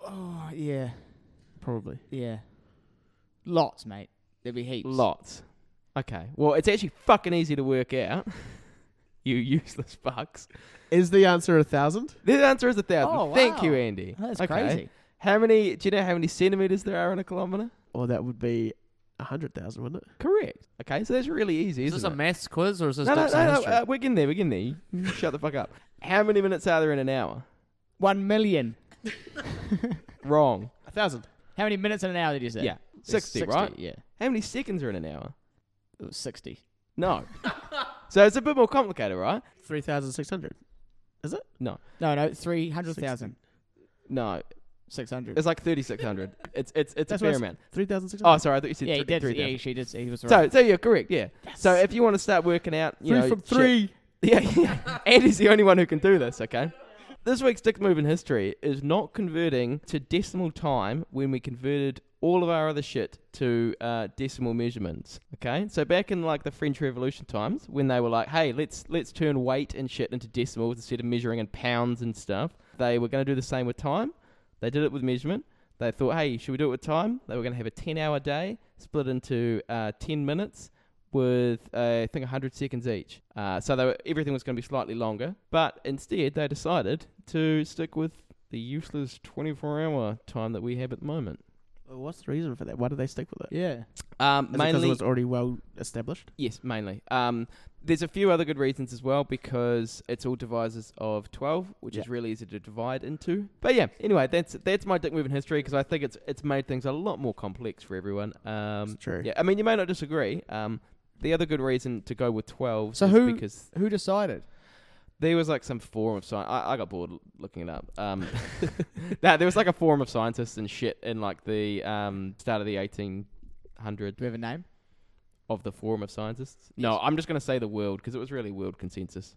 Speaker 4: Oh, yeah,
Speaker 3: probably.
Speaker 4: yeah. Lots, mate. There'd be heaps.
Speaker 2: Lots. Okay. Well, it's actually fucking easy to work out. [LAUGHS] you useless fucks.
Speaker 3: Is the answer a thousand?
Speaker 2: The answer is a thousand.
Speaker 4: Oh,
Speaker 2: Thank you,
Speaker 4: wow.
Speaker 2: Andy.
Speaker 4: Oh, That's
Speaker 2: Okay.
Speaker 4: crazy.
Speaker 2: How many? Do you know how many centimeters there are in a kilometer?
Speaker 3: Or that would be a hundred thousand, wouldn't it?
Speaker 2: Correct. Okay, so that's really easy,
Speaker 1: Is this
Speaker 2: isn't
Speaker 1: a
Speaker 2: it?
Speaker 1: maths quiz or is this
Speaker 2: no, no,
Speaker 1: dicks in
Speaker 2: no, no,
Speaker 1: history?
Speaker 2: uh, we're getting there. We're getting there. You Shut the fuck up. How many minutes are there in an hour?
Speaker 4: One million.
Speaker 2: Wrong.
Speaker 3: A thousand.
Speaker 4: How many minutes in an hour did you say?
Speaker 2: Yeah,
Speaker 4: There's
Speaker 2: 60, right?
Speaker 4: Yeah,
Speaker 2: How many seconds are in an hour?
Speaker 4: it was 60.
Speaker 1: [LAUGHS]
Speaker 2: No. so it's a bit more complicated, right?
Speaker 3: Three thousand six hundred.
Speaker 4: No, no, 300,000.
Speaker 2: No,
Speaker 4: 600.
Speaker 2: it's like thirty-six hundred. it's it's it's
Speaker 3: That's
Speaker 2: a
Speaker 3: what
Speaker 2: fair
Speaker 3: I s-
Speaker 2: amount.
Speaker 3: Three thousand six
Speaker 2: Oh,
Speaker 3: hundred.
Speaker 2: sorry, I thought you said
Speaker 4: Yeah, he
Speaker 2: three-
Speaker 4: did.
Speaker 2: three
Speaker 4: Yeah,
Speaker 2: thousand.
Speaker 4: she did. He was
Speaker 2: So,
Speaker 4: right.
Speaker 2: so you're correct, yeah. So if you want to start working out, Oh, you know,
Speaker 3: three from
Speaker 2: shit-
Speaker 3: three.
Speaker 2: [LAUGHS] yeah, yeah. Andy's the only one who can do this. Okay. This week's dick move in history is not converting to decimal time when we converted all of our other shit to uh, decimal measurements. Okay, so back in like the French Revolution times, when they were like, "Hey, let's let's turn weight and shit into decimals instead of measuring in pounds and stuff," they were going to do the same with time. They did it with measurement. They thought, "Hey, should we do it with time?" They were going to have a ten-hour day split into uh, ten minutes with uh, I think 100 seconds each. Uh, so they were, everything was going to be slightly longer, but instead they decided to stick with the useless 24-hour time that we have at the moment.
Speaker 3: Well, What's the reason for that? Why do they stick with it?
Speaker 4: yeah.
Speaker 2: Um,
Speaker 3: Is it 'cause it
Speaker 2: mainly,
Speaker 3: was already well established.
Speaker 2: yes, mainly. Um, there's a few other good reasons as well because it's all divisors of 12, which is
Speaker 3: Yeah.
Speaker 2: really easy to divide into. But yeah, anyway, that's that's my dick move in history because I think it's it's made things a lot more complex for everyone. Um,
Speaker 3: it's true.
Speaker 2: yeah, I mean you may not disagree. Um, the other good reason to go with 12
Speaker 4: So
Speaker 2: is
Speaker 4: who-
Speaker 2: because
Speaker 4: Who decided?
Speaker 2: There was like some forum of science. I, I got bored l- looking it up. Um, [LAUGHS] nah, there was like a forum of scientists and shit in like the um, start of the 1800
Speaker 4: Do we have a name?
Speaker 2: of the forum of scientists. No, I'm just gonna say the world because it was really world consensus.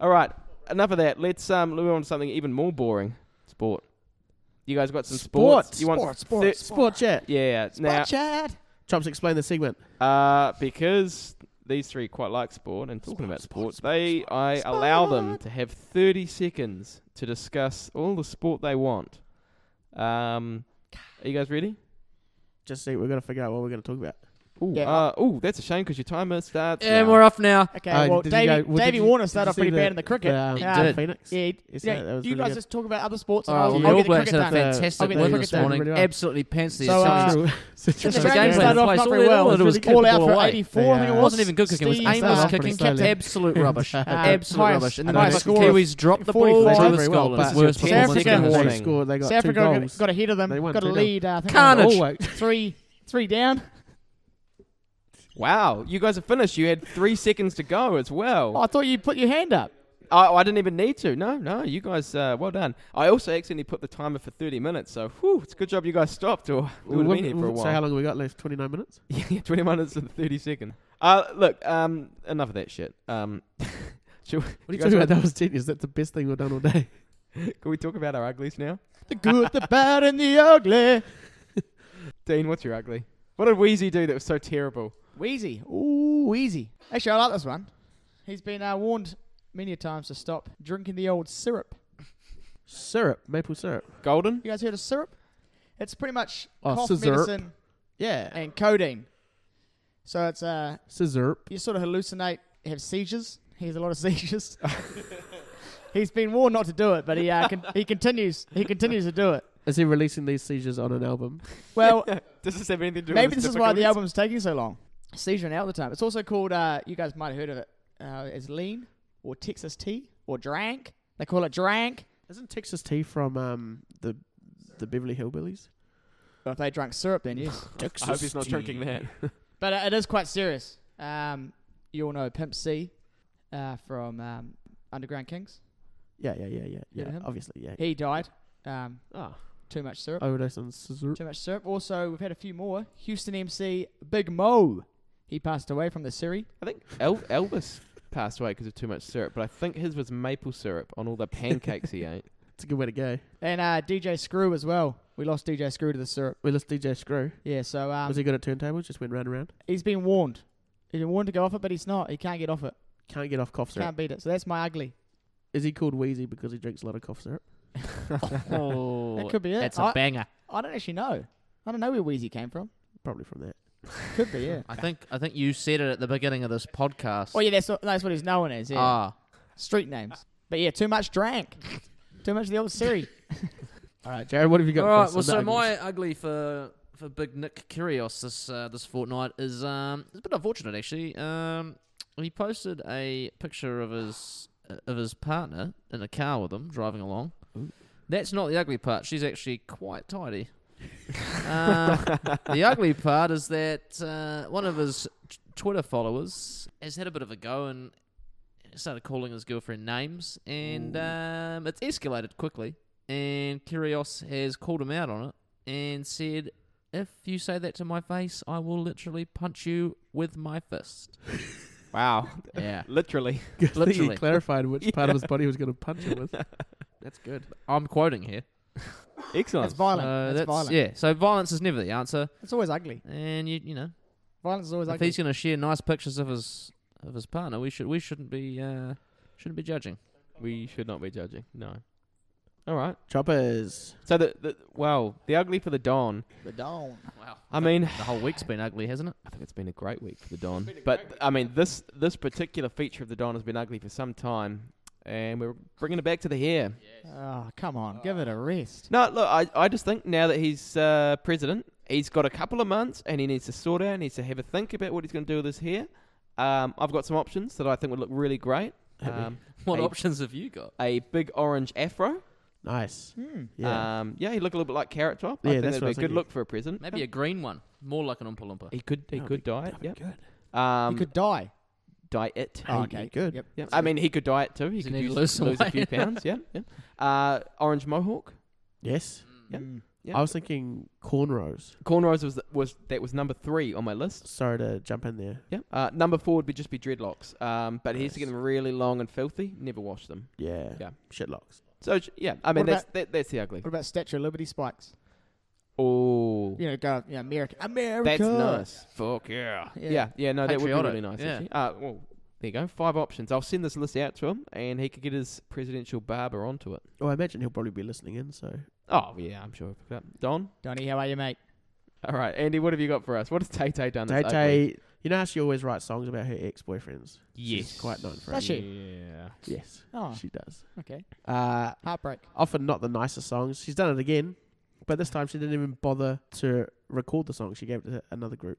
Speaker 2: All right, enough of that. Let's um, move on to something even more boring. Sport. You guys got some sports?
Speaker 3: Sport,
Speaker 2: You want?
Speaker 4: Sports,
Speaker 3: Sport,
Speaker 2: Thir-
Speaker 3: sport chat.
Speaker 2: Yeah. Now,
Speaker 4: Chad.
Speaker 3: Chomps, explain the segment.
Speaker 2: uh, because these three quite like sport and talking about sport, they I allow them to have 30 seconds to discuss all the sport they want. Um, are you guys ready?
Speaker 3: Just see, we're gonna figure out what we're gonna talk about.
Speaker 2: Ooh,
Speaker 4: Yeah.
Speaker 2: uh, ooh, that's a shame because your timer starts.
Speaker 1: And
Speaker 2: now.
Speaker 1: we're off now.
Speaker 4: Okay,
Speaker 3: Uh,
Speaker 4: well,
Speaker 3: did you
Speaker 4: Davey,
Speaker 3: go- well, did
Speaker 4: Davey
Speaker 3: you-
Speaker 4: Warner
Speaker 3: did
Speaker 4: started
Speaker 3: you
Speaker 4: off
Speaker 3: see
Speaker 4: pretty bad in the cricket.
Speaker 3: The, um,
Speaker 1: He
Speaker 4: Yeah.
Speaker 1: did.
Speaker 3: Phoenix.
Speaker 4: Yeah, he-
Speaker 3: Yes,
Speaker 4: yeah,
Speaker 3: that was
Speaker 4: you
Speaker 3: really
Speaker 4: guys
Speaker 3: good.
Speaker 4: just talk about other sports. and
Speaker 3: Oh,
Speaker 4: I'll,
Speaker 3: well, the
Speaker 4: I'll
Speaker 1: The
Speaker 4: get
Speaker 1: All
Speaker 4: the
Speaker 1: Blacks
Speaker 4: cricket
Speaker 1: had a
Speaker 4: done.
Speaker 1: fantastic
Speaker 4: I'll get
Speaker 1: win
Speaker 4: the
Speaker 1: this
Speaker 4: cricket done
Speaker 1: morning.
Speaker 3: really well.
Speaker 1: Absolutely pants their
Speaker 4: So, uh,
Speaker 1: socks.
Speaker 3: [LAUGHS] True.
Speaker 1: Just
Speaker 4: Just
Speaker 1: the
Speaker 4: the
Speaker 1: game
Speaker 4: game
Speaker 1: plan
Speaker 4: started off
Speaker 1: place.
Speaker 4: not
Speaker 1: All
Speaker 4: very
Speaker 1: they
Speaker 4: well.
Speaker 1: wanted
Speaker 4: It was
Speaker 1: was kick
Speaker 4: all
Speaker 1: the
Speaker 4: out
Speaker 1: ball
Speaker 4: for
Speaker 1: away.
Speaker 4: 84. I
Speaker 3: They,
Speaker 4: think it
Speaker 3: uh,
Speaker 1: it wasn't even good kicking. It was
Speaker 4: Steve
Speaker 1: aimless
Speaker 4: Starr.
Speaker 1: kicking.
Speaker 3: Pretty slowly. [LAUGHS]
Speaker 1: Absolute
Speaker 4: [LAUGHS]
Speaker 1: rubbish.
Speaker 3: Uh,
Speaker 1: Absolute
Speaker 4: highest-
Speaker 1: rubbish. Uh, And then the
Speaker 3: I don't
Speaker 1: fucking
Speaker 4: score of
Speaker 1: Kiwis dropped the ball
Speaker 4: 44.
Speaker 1: to
Speaker 4: Very
Speaker 1: the
Speaker 3: well,
Speaker 1: Scotland.
Speaker 3: but-
Speaker 1: Worst
Speaker 4: South
Speaker 1: performance
Speaker 4: Africa-
Speaker 1: in the
Speaker 4: South
Speaker 3: They
Speaker 1: morning.
Speaker 3: scored. They got
Speaker 4: South
Speaker 3: two
Speaker 4: Africa got-
Speaker 3: goals. Oh,
Speaker 4: got ahead of them.
Speaker 3: They won
Speaker 4: Got a
Speaker 3: 2-0.
Speaker 4: lead. Uh, I think it was
Speaker 1: Carnage.
Speaker 4: all Three, three down.
Speaker 2: Wow, you guys are finished. You had three seconds to go as well.
Speaker 4: Oh, I thought you put your hand up.
Speaker 2: I, I didn't even need to. No, no, you guys, uh, well done. I also accidentally put the timer for 30 minutes, so whew, it's a good job you guys stopped, or [LAUGHS] we would have
Speaker 3: Well,
Speaker 2: been here for a
Speaker 3: so
Speaker 2: while.
Speaker 3: how long have we got left? Twenty nine minutes.
Speaker 2: Yeah, 20 minutes and 30 seconds. Uh, look, um, enough of that shit. Um, should we,
Speaker 3: What are you
Speaker 2: guys
Speaker 3: talking about? That was genius. That's the best thing we've done all day.
Speaker 2: Can we talk about our uglies now?
Speaker 4: The good, the bad, and the ugly.
Speaker 2: Dean, what's your ugly? What did Wheezy do that was so terrible?
Speaker 4: Wheezy. Ooh, Wheezy. Actually, I like this one. He's been uh, warned many a times to stop drinking the old syrup.
Speaker 3: Syrup, maple syrup.
Speaker 2: Golden?
Speaker 4: You guys heard of syrup? It's pretty much
Speaker 3: Oh,
Speaker 4: cough
Speaker 3: syrup.
Speaker 4: medicine
Speaker 3: Yeah,
Speaker 4: and codeine. So it's uh,
Speaker 3: syrup.
Speaker 4: you sort of hallucinate, have seizures. He has a lot
Speaker 3: [LAUGHS]
Speaker 4: of [LAUGHS] seizures. He's been warned not to do it, but he uh, con- he continues. He continues to do it.
Speaker 3: Is he releasing these seizures on an album?
Speaker 4: Well,
Speaker 2: Does this have anything to do
Speaker 4: Maybe
Speaker 2: with
Speaker 4: this
Speaker 2: his
Speaker 4: is why the
Speaker 2: difficulties?
Speaker 4: album's taking so long. Seizure and out all the time. It's also called, uh, you guys might have heard of it, uh, as lean or Texas tea or drank. They call it drank.
Speaker 3: Isn't Texas Tea from um, the the Beverly Hillbillies?
Speaker 4: But if they drank syrup,
Speaker 3: [LAUGHS]
Speaker 4: then yes.
Speaker 3: Texas
Speaker 2: I hope he's not drinking that.
Speaker 4: [LAUGHS] but uh, it is quite serious. Um, you all know Pimp C uh, from um, Underground Kings.
Speaker 3: Yeah, yeah, yeah, yeah, yeah.
Speaker 4: Heard of him?
Speaker 3: obviously, yeah.
Speaker 4: He died. Um,
Speaker 3: Ah,
Speaker 4: too much syrup.
Speaker 3: overdose on syrup.
Speaker 4: Too much syrup. Also, we've had a few more. Houston MC Big Mo. He passed away from the Siri.
Speaker 2: I think El- Elvis passed away because of too much syrup, but I think his was maple syrup on all the pancakes he [LAUGHS] ate.
Speaker 3: It's a good way to go.
Speaker 4: And uh, DJ Screw as well. We lost DJ Screw to the syrup.
Speaker 3: We lost DJ Screw.
Speaker 4: Yeah, so um,
Speaker 3: Was he good at turntables? Just went round and round.
Speaker 4: He's been warned. He's been warned to go off it, but he's not. He can't get off it.
Speaker 3: Can't get off cough syrup.
Speaker 4: Can't beat it. So that's my ugly.
Speaker 3: Is he called Wheezy because he drinks a lot of cough syrup?
Speaker 1: [LAUGHS] Oh,
Speaker 4: That could be it.
Speaker 1: That's
Speaker 4: I-
Speaker 1: a banger.
Speaker 4: I don't actually know. I don't know where Wheezy came from.
Speaker 3: Probably from that.
Speaker 4: Could be, yeah.
Speaker 1: I think I think you said it at the beginning of this podcast.
Speaker 4: oh, yeah, that's what, that's what he's known as. Yeah.
Speaker 1: Ah,
Speaker 4: Street names. But yeah, too much drank. [LAUGHS] too much of the old Siri.
Speaker 3: All right, Jared, what have you got?
Speaker 1: all
Speaker 3: for
Speaker 1: right.
Speaker 3: us
Speaker 1: Well,
Speaker 3: on the [LAUGHS]
Speaker 1: so
Speaker 3: uglies?
Speaker 1: my ugly for for Big Nick Kyrgios this uh, this fortnight is um it's a bit unfortunate actually. Um, he posted a picture of his of his partner in a car with him driving along. That's not the ugly part. She's actually quite
Speaker 3: [LAUGHS]
Speaker 1: tidy. um, the ugly part is that uh, one of his t- Twitter followers has had a bit of a go and started calling his girlfriend names, and um, it's escalated quickly. And Kyrgios has called him out on it and said, "If you say that to my face, I will literally punch you with my fist."
Speaker 2: wow. [LAUGHS]
Speaker 1: Yeah,
Speaker 2: Literally.
Speaker 3: Good thing
Speaker 1: literally.
Speaker 3: he clarified which part of his body he was going to punch him with.
Speaker 1: that's good. I'm quoting here.
Speaker 2: Excellent.
Speaker 4: That's violent.
Speaker 1: So
Speaker 4: that's, violent.
Speaker 1: Yeah. So violence is never the answer,
Speaker 4: It's always ugly.
Speaker 1: and you you know
Speaker 4: Violence is always
Speaker 1: if
Speaker 4: ugly.
Speaker 1: he's going to share nice pictures of his of his partner, we should we shouldn't be uh, shouldn't be judging.
Speaker 2: We should not be judging. No. All right.
Speaker 3: Choppers.
Speaker 2: So the, the well, the ugly for the Don.
Speaker 4: The dawn.
Speaker 1: Wow.
Speaker 2: I mean,
Speaker 1: the whole week's been ugly, hasn't it?
Speaker 2: I think it's been a great week for the Don. But I mean, this this particular feature of the Don has been ugly for some time, and we're bringing it back to the hair.
Speaker 4: Oh, come on. Give it a rest.
Speaker 2: No, look, I, I just think now that he's uh, president, he's got a couple of months and he needs to sort out, needs to have a think about what he's going to do with his hair. Um, I've got some options that I think would look really great. Um,
Speaker 1: What
Speaker 2: Hey.
Speaker 1: options have you got?
Speaker 2: a big orange afro.
Speaker 3: [LAUGHS] Nice.
Speaker 4: Hmm.
Speaker 3: Yeah.
Speaker 2: um, yeah, he'd look a little bit like Carrot Top. I
Speaker 3: Yeah,
Speaker 2: think
Speaker 3: that's
Speaker 2: that'd be
Speaker 3: what I
Speaker 2: a
Speaker 3: was
Speaker 2: good
Speaker 3: thinking.
Speaker 2: look for a president.
Speaker 1: Maybe a green one, more like an Oompa Loompa.
Speaker 2: He could he
Speaker 3: Oh, That'd
Speaker 2: could
Speaker 3: be-
Speaker 2: dye it.
Speaker 3: that'd be
Speaker 2: Yep.
Speaker 3: good.
Speaker 2: Um,
Speaker 4: you could die.
Speaker 2: dye it.
Speaker 4: Oh,
Speaker 3: hey,
Speaker 4: okay.
Speaker 3: good.
Speaker 4: Yep.
Speaker 2: Yep. I mean, he could dye it too. He
Speaker 1: Does he
Speaker 2: could
Speaker 1: need to
Speaker 2: use,
Speaker 1: lose some
Speaker 2: lose a
Speaker 1: weight?
Speaker 2: few pounds. Yeah. yeah. Uh, orange mohawk.
Speaker 3: Yes.
Speaker 2: Yep.
Speaker 4: Mm.
Speaker 2: Yeah.
Speaker 3: I was thinking cornrows.
Speaker 2: Cornrows was was that was number three on my list.
Speaker 3: Sorry to jump in there.
Speaker 2: Yeah. Uh, number four would be just be dreadlocks. Um, but he used to get
Speaker 3: Nice.
Speaker 2: them really long and filthy. Never washed them.
Speaker 3: Yeah.
Speaker 2: Yeah.
Speaker 3: Shitlocks.
Speaker 2: So j- yeah, I mean
Speaker 4: What
Speaker 2: that's that, that's the ugly.
Speaker 4: What about Statue of Liberty spikes?
Speaker 2: Oh,
Speaker 4: You know, go, you know, America. America.
Speaker 2: that's nice. Fuck yeah.
Speaker 4: Yeah.
Speaker 2: Yeah, yeah. no, that would be
Speaker 1: Patriotic,
Speaker 2: really nice.
Speaker 1: yeah.
Speaker 2: Actually. Uh, well, there you go. Five options. I'll send this list out to him, and he could get his presidential barber onto it.
Speaker 3: Oh, I imagine he'll probably be listening in. So
Speaker 2: Oh yeah, I'm sure. he'll pick it up. Don.
Speaker 4: Donnie, how are you, mate?
Speaker 2: All right, Andy, what have you got for us? What has Tay Tay done?
Speaker 3: Tay
Speaker 2: that's ugly?
Speaker 3: Tay, you know how she always writes songs about her ex boyfriends?
Speaker 2: Yes.
Speaker 3: She's quite known for
Speaker 4: Does
Speaker 3: it.
Speaker 4: she?
Speaker 2: Yeah.
Speaker 3: Yes,
Speaker 4: Oh,
Speaker 3: she does.
Speaker 4: okay.
Speaker 3: Uh,
Speaker 4: Heartbreak.
Speaker 3: often not the nicest songs. She's done it again, but this time she didn't even bother to record the song. She gave it to another group.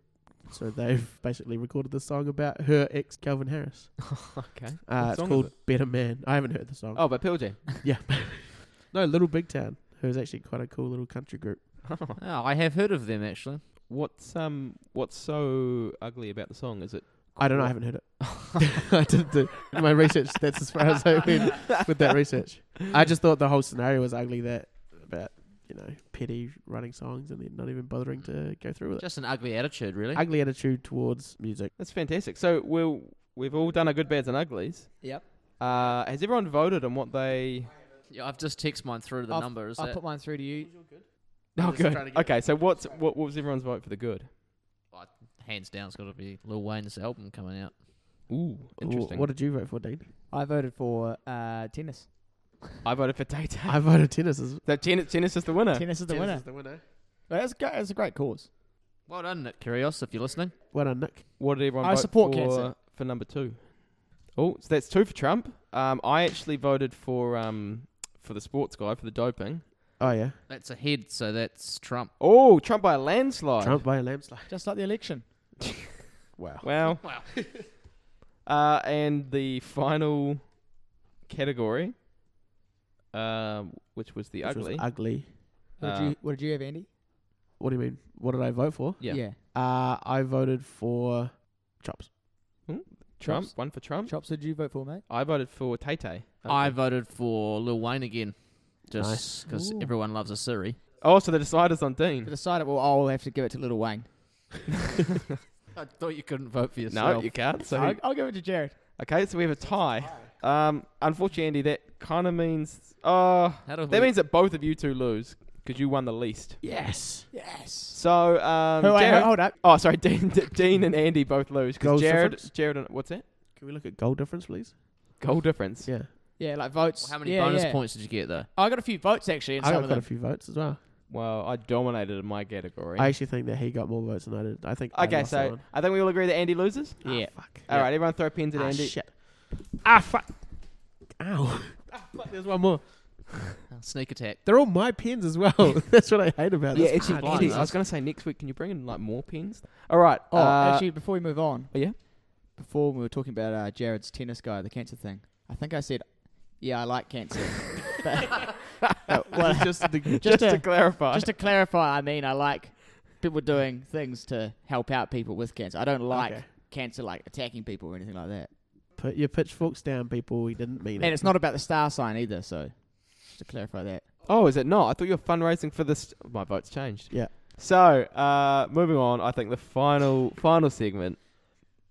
Speaker 3: So they've [LAUGHS] basically recorded the song about her ex, Calvin Harris.
Speaker 2: okay. What
Speaker 3: Uh, it's
Speaker 2: song is
Speaker 3: called
Speaker 2: it?
Speaker 3: Better Man. I haven't heard the song.
Speaker 2: Oh, but Pearl Jam. [LAUGHS]
Speaker 3: No, Little Big Town, who's actually quite a cool little country group.
Speaker 1: Oh, I have heard of them actually.
Speaker 2: What's um What's so ugly about the song? Is it?
Speaker 3: I don't know. I haven't heard it. I didn't do my
Speaker 2: [LAUGHS]
Speaker 3: research. That's as far as I went with that research. I just thought the whole scenario was ugly. That about you know petty writing songs and then not even bothering to go through with it.
Speaker 1: Just an ugly attitude, really.
Speaker 3: Ugly attitude towards music.
Speaker 2: That's fantastic. So we'll we've all done our good, bads, and uglies.
Speaker 1: Yep.
Speaker 2: Uh, has everyone voted on what they?
Speaker 1: yeah, I've just texted mine through to the
Speaker 4: I've-
Speaker 1: number. Is
Speaker 4: I'll
Speaker 1: that-
Speaker 4: put mine through to you.
Speaker 2: Oh,
Speaker 1: Just
Speaker 2: good.
Speaker 1: trying to get-
Speaker 2: Okay, so what's what, what was everyone's vote for the good?
Speaker 1: hands down, it's got to be Lil Wayne's album coming out.
Speaker 2: Ooh, interesting.
Speaker 3: What did you vote for, Dean? [LAUGHS]
Speaker 4: I voted for uh, [LAUGHS] tennis.
Speaker 2: I voted for Tay Tay.
Speaker 3: I voted tennis. Is
Speaker 2: [LAUGHS] So tennis, tennis is the winner.
Speaker 4: Tennis is the winner.
Speaker 3: the winner.
Speaker 4: Well, That's a, that's a great cause.
Speaker 1: Well done, Nick Curios, if you're listening.
Speaker 3: Well done, Nick.
Speaker 2: What did everyone
Speaker 4: I
Speaker 2: vote
Speaker 4: support
Speaker 2: for
Speaker 4: cancer.
Speaker 2: for number two? Oh, so that's two for Trump. Um, I actually voted for um for the sports guy for the doping.
Speaker 3: Oh yeah,
Speaker 1: That's a head, so that's Trump.
Speaker 2: Oh, Trump by a landslide.
Speaker 3: Trump by a landslide. [LAUGHS]
Speaker 4: Just like the election.
Speaker 3: Wow.
Speaker 2: Wow.
Speaker 1: Wow.
Speaker 2: [LAUGHS] Uh, and the final category, um, which was the
Speaker 3: Which was
Speaker 2: ugly.
Speaker 3: ugly.
Speaker 4: What,
Speaker 2: Uh,
Speaker 4: did you, what did you have, Andy?
Speaker 3: What do you mean? What did I vote for?
Speaker 2: yeah.
Speaker 3: Uh, I voted for chops.
Speaker 2: Trump.
Speaker 4: Chops.
Speaker 2: One for Trump.
Speaker 4: Chops, did you vote for, mate?
Speaker 2: I voted for Tay Tay.
Speaker 1: I voted for Lil Wayne again, just because
Speaker 4: Ooh.
Speaker 1: everyone loves a Siri.
Speaker 2: Oh, so the decider's on
Speaker 4: For
Speaker 2: Dean.
Speaker 4: the side, well, I'll have to give it to Little Wayne.
Speaker 1: I thought you couldn't vote for
Speaker 2: No, you can't. So
Speaker 4: I'll, I'll give it to Jared.
Speaker 2: okay, so we have a tie. Um, unfortunately, Andy, that kind of means uh,
Speaker 1: How do
Speaker 2: that
Speaker 1: we-
Speaker 2: means that both of you two lose because you won the least.
Speaker 3: Yes.
Speaker 4: Yes.
Speaker 2: So um,
Speaker 4: Who- wait,
Speaker 2: Jared,
Speaker 4: hold up.
Speaker 2: oh, sorry, [LAUGHS] Dean, Dean and Andy both lose because
Speaker 3: Goals
Speaker 2: Jared,
Speaker 3: difference?
Speaker 2: Jared, and, what's it?
Speaker 3: Can we look at goal difference, please?
Speaker 2: Goal difference.
Speaker 3: Yeah.
Speaker 4: Yeah, like votes.
Speaker 1: Well, how many
Speaker 4: Yeah,
Speaker 1: bonus
Speaker 4: yeah.
Speaker 1: points did you get though?
Speaker 4: I got a few votes actually in
Speaker 3: I
Speaker 4: some
Speaker 3: got
Speaker 4: of
Speaker 3: quite a few
Speaker 4: them.
Speaker 3: votes as well.
Speaker 2: Well, I dominated in my category.
Speaker 3: I actually think that he got more votes than I did. I think. I
Speaker 2: okay,
Speaker 3: lost that
Speaker 2: so
Speaker 3: one.
Speaker 2: I think we all agree that Andy loses.
Speaker 4: Yeah.
Speaker 3: Ah, fuck.
Speaker 2: All right, everyone throw pins at
Speaker 3: Ah,
Speaker 2: Andy.
Speaker 3: shit. Ah fuck. Ow. [LAUGHS] Ah, fuck. There's one more.
Speaker 1: Sneak attack.
Speaker 3: They're all my pins as well. [LAUGHS] That's what I hate about
Speaker 2: Yeah,
Speaker 3: this.
Speaker 2: actually,
Speaker 1: blimey,
Speaker 2: Andy, I
Speaker 1: that's-
Speaker 2: was going to say next week, can you bring in like more pins? All right.
Speaker 4: Oh,
Speaker 2: uh, [LAUGHS]
Speaker 4: actually, [LAUGHS] before we move on.
Speaker 2: oh, yeah?
Speaker 4: Before we were talking about uh, Jared's tennis guy, the cancer thing. I think I said, yeah, I like cancer. But- but what-
Speaker 3: just the,
Speaker 2: [LAUGHS]
Speaker 4: just
Speaker 2: just,
Speaker 4: a-
Speaker 2: to clarify,
Speaker 4: [LAUGHS] just to clarify, I mean, I like people doing things to help out people with cancer. I don't like
Speaker 3: Okay.
Speaker 4: cancer like attacking people or anything like that.
Speaker 3: Put your pitchforks down, people. We didn't mean
Speaker 4: And
Speaker 3: it.
Speaker 4: it's not about the star sign either, so just to clarify that.
Speaker 2: oh, is it not? I thought you were fundraising for this. My vote's changed.
Speaker 3: Yeah.
Speaker 2: So, uh, moving on, I think the final final segment,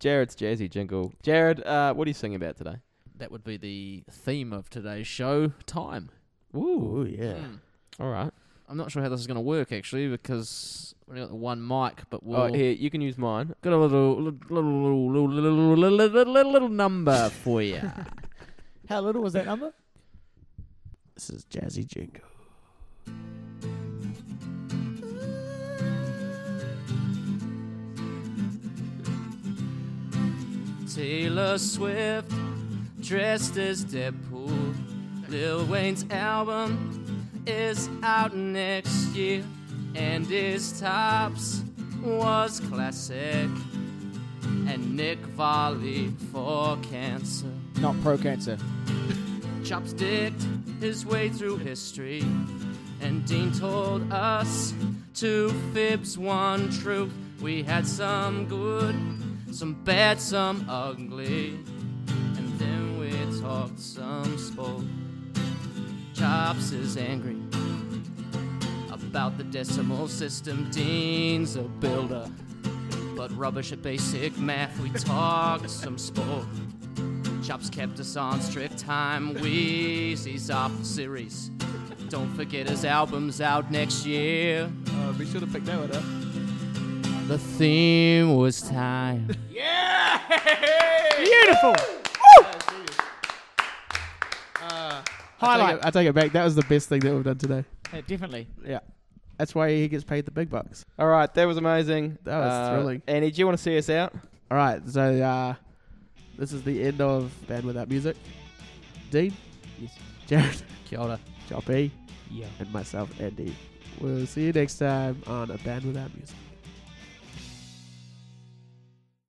Speaker 2: Jared's jazzy jingle. Jared, uh, what are you singing about today?
Speaker 1: That would be the theme of today's show. Time.
Speaker 2: Ooh,
Speaker 3: Ooh, Mm. yeah.
Speaker 1: Hmm.
Speaker 2: all right.
Speaker 1: I'm not sure how this is going to work actually because we only got the one mic, but we'll
Speaker 2: Oh, here you can use mine.
Speaker 1: got a little little little little little, little, little, little, little number for you.
Speaker 4: How little was that number?
Speaker 3: This is Jazzy Jingle.
Speaker 1: [LAUGHS] Taylor Swift dressed as Deadpool. Lil Wayne's album is out next year, and his tops was classic. And Nick Volley for cancer.
Speaker 4: Not pro cancer.
Speaker 1: Chopsticked his way through history, and Dean told us two fibs, one truth. We had some good, some bad, some ugly, and then we talked some sport. Chops is angry about the decimal system. Dean's a builder, but rubbish at basic math. We talked some sport. Chops kept us on strict time. Weezy's off the series. Don't forget his album's out next year.
Speaker 3: Uh, be sure to pick that one up.
Speaker 1: The theme was time.
Speaker 4: Beautiful.
Speaker 3: I
Speaker 4: Highlight.
Speaker 3: take, it, I take it back. That was the best thing that we've done today.
Speaker 4: Yeah, definitely.
Speaker 3: Yeah. That's why he gets paid the big bucks.
Speaker 2: All right, that was amazing.
Speaker 3: That was
Speaker 2: Uh,
Speaker 3: thrilling.
Speaker 2: Andy, do you want to see us out?
Speaker 3: All right, so uh, this is the end of Band Without Music. Dean,
Speaker 4: Yes.
Speaker 3: Jared,
Speaker 1: Kia ora.
Speaker 3: Choppy,
Speaker 4: Yeah.
Speaker 3: and myself, Andy. We'll see you next time on A Band Without Music.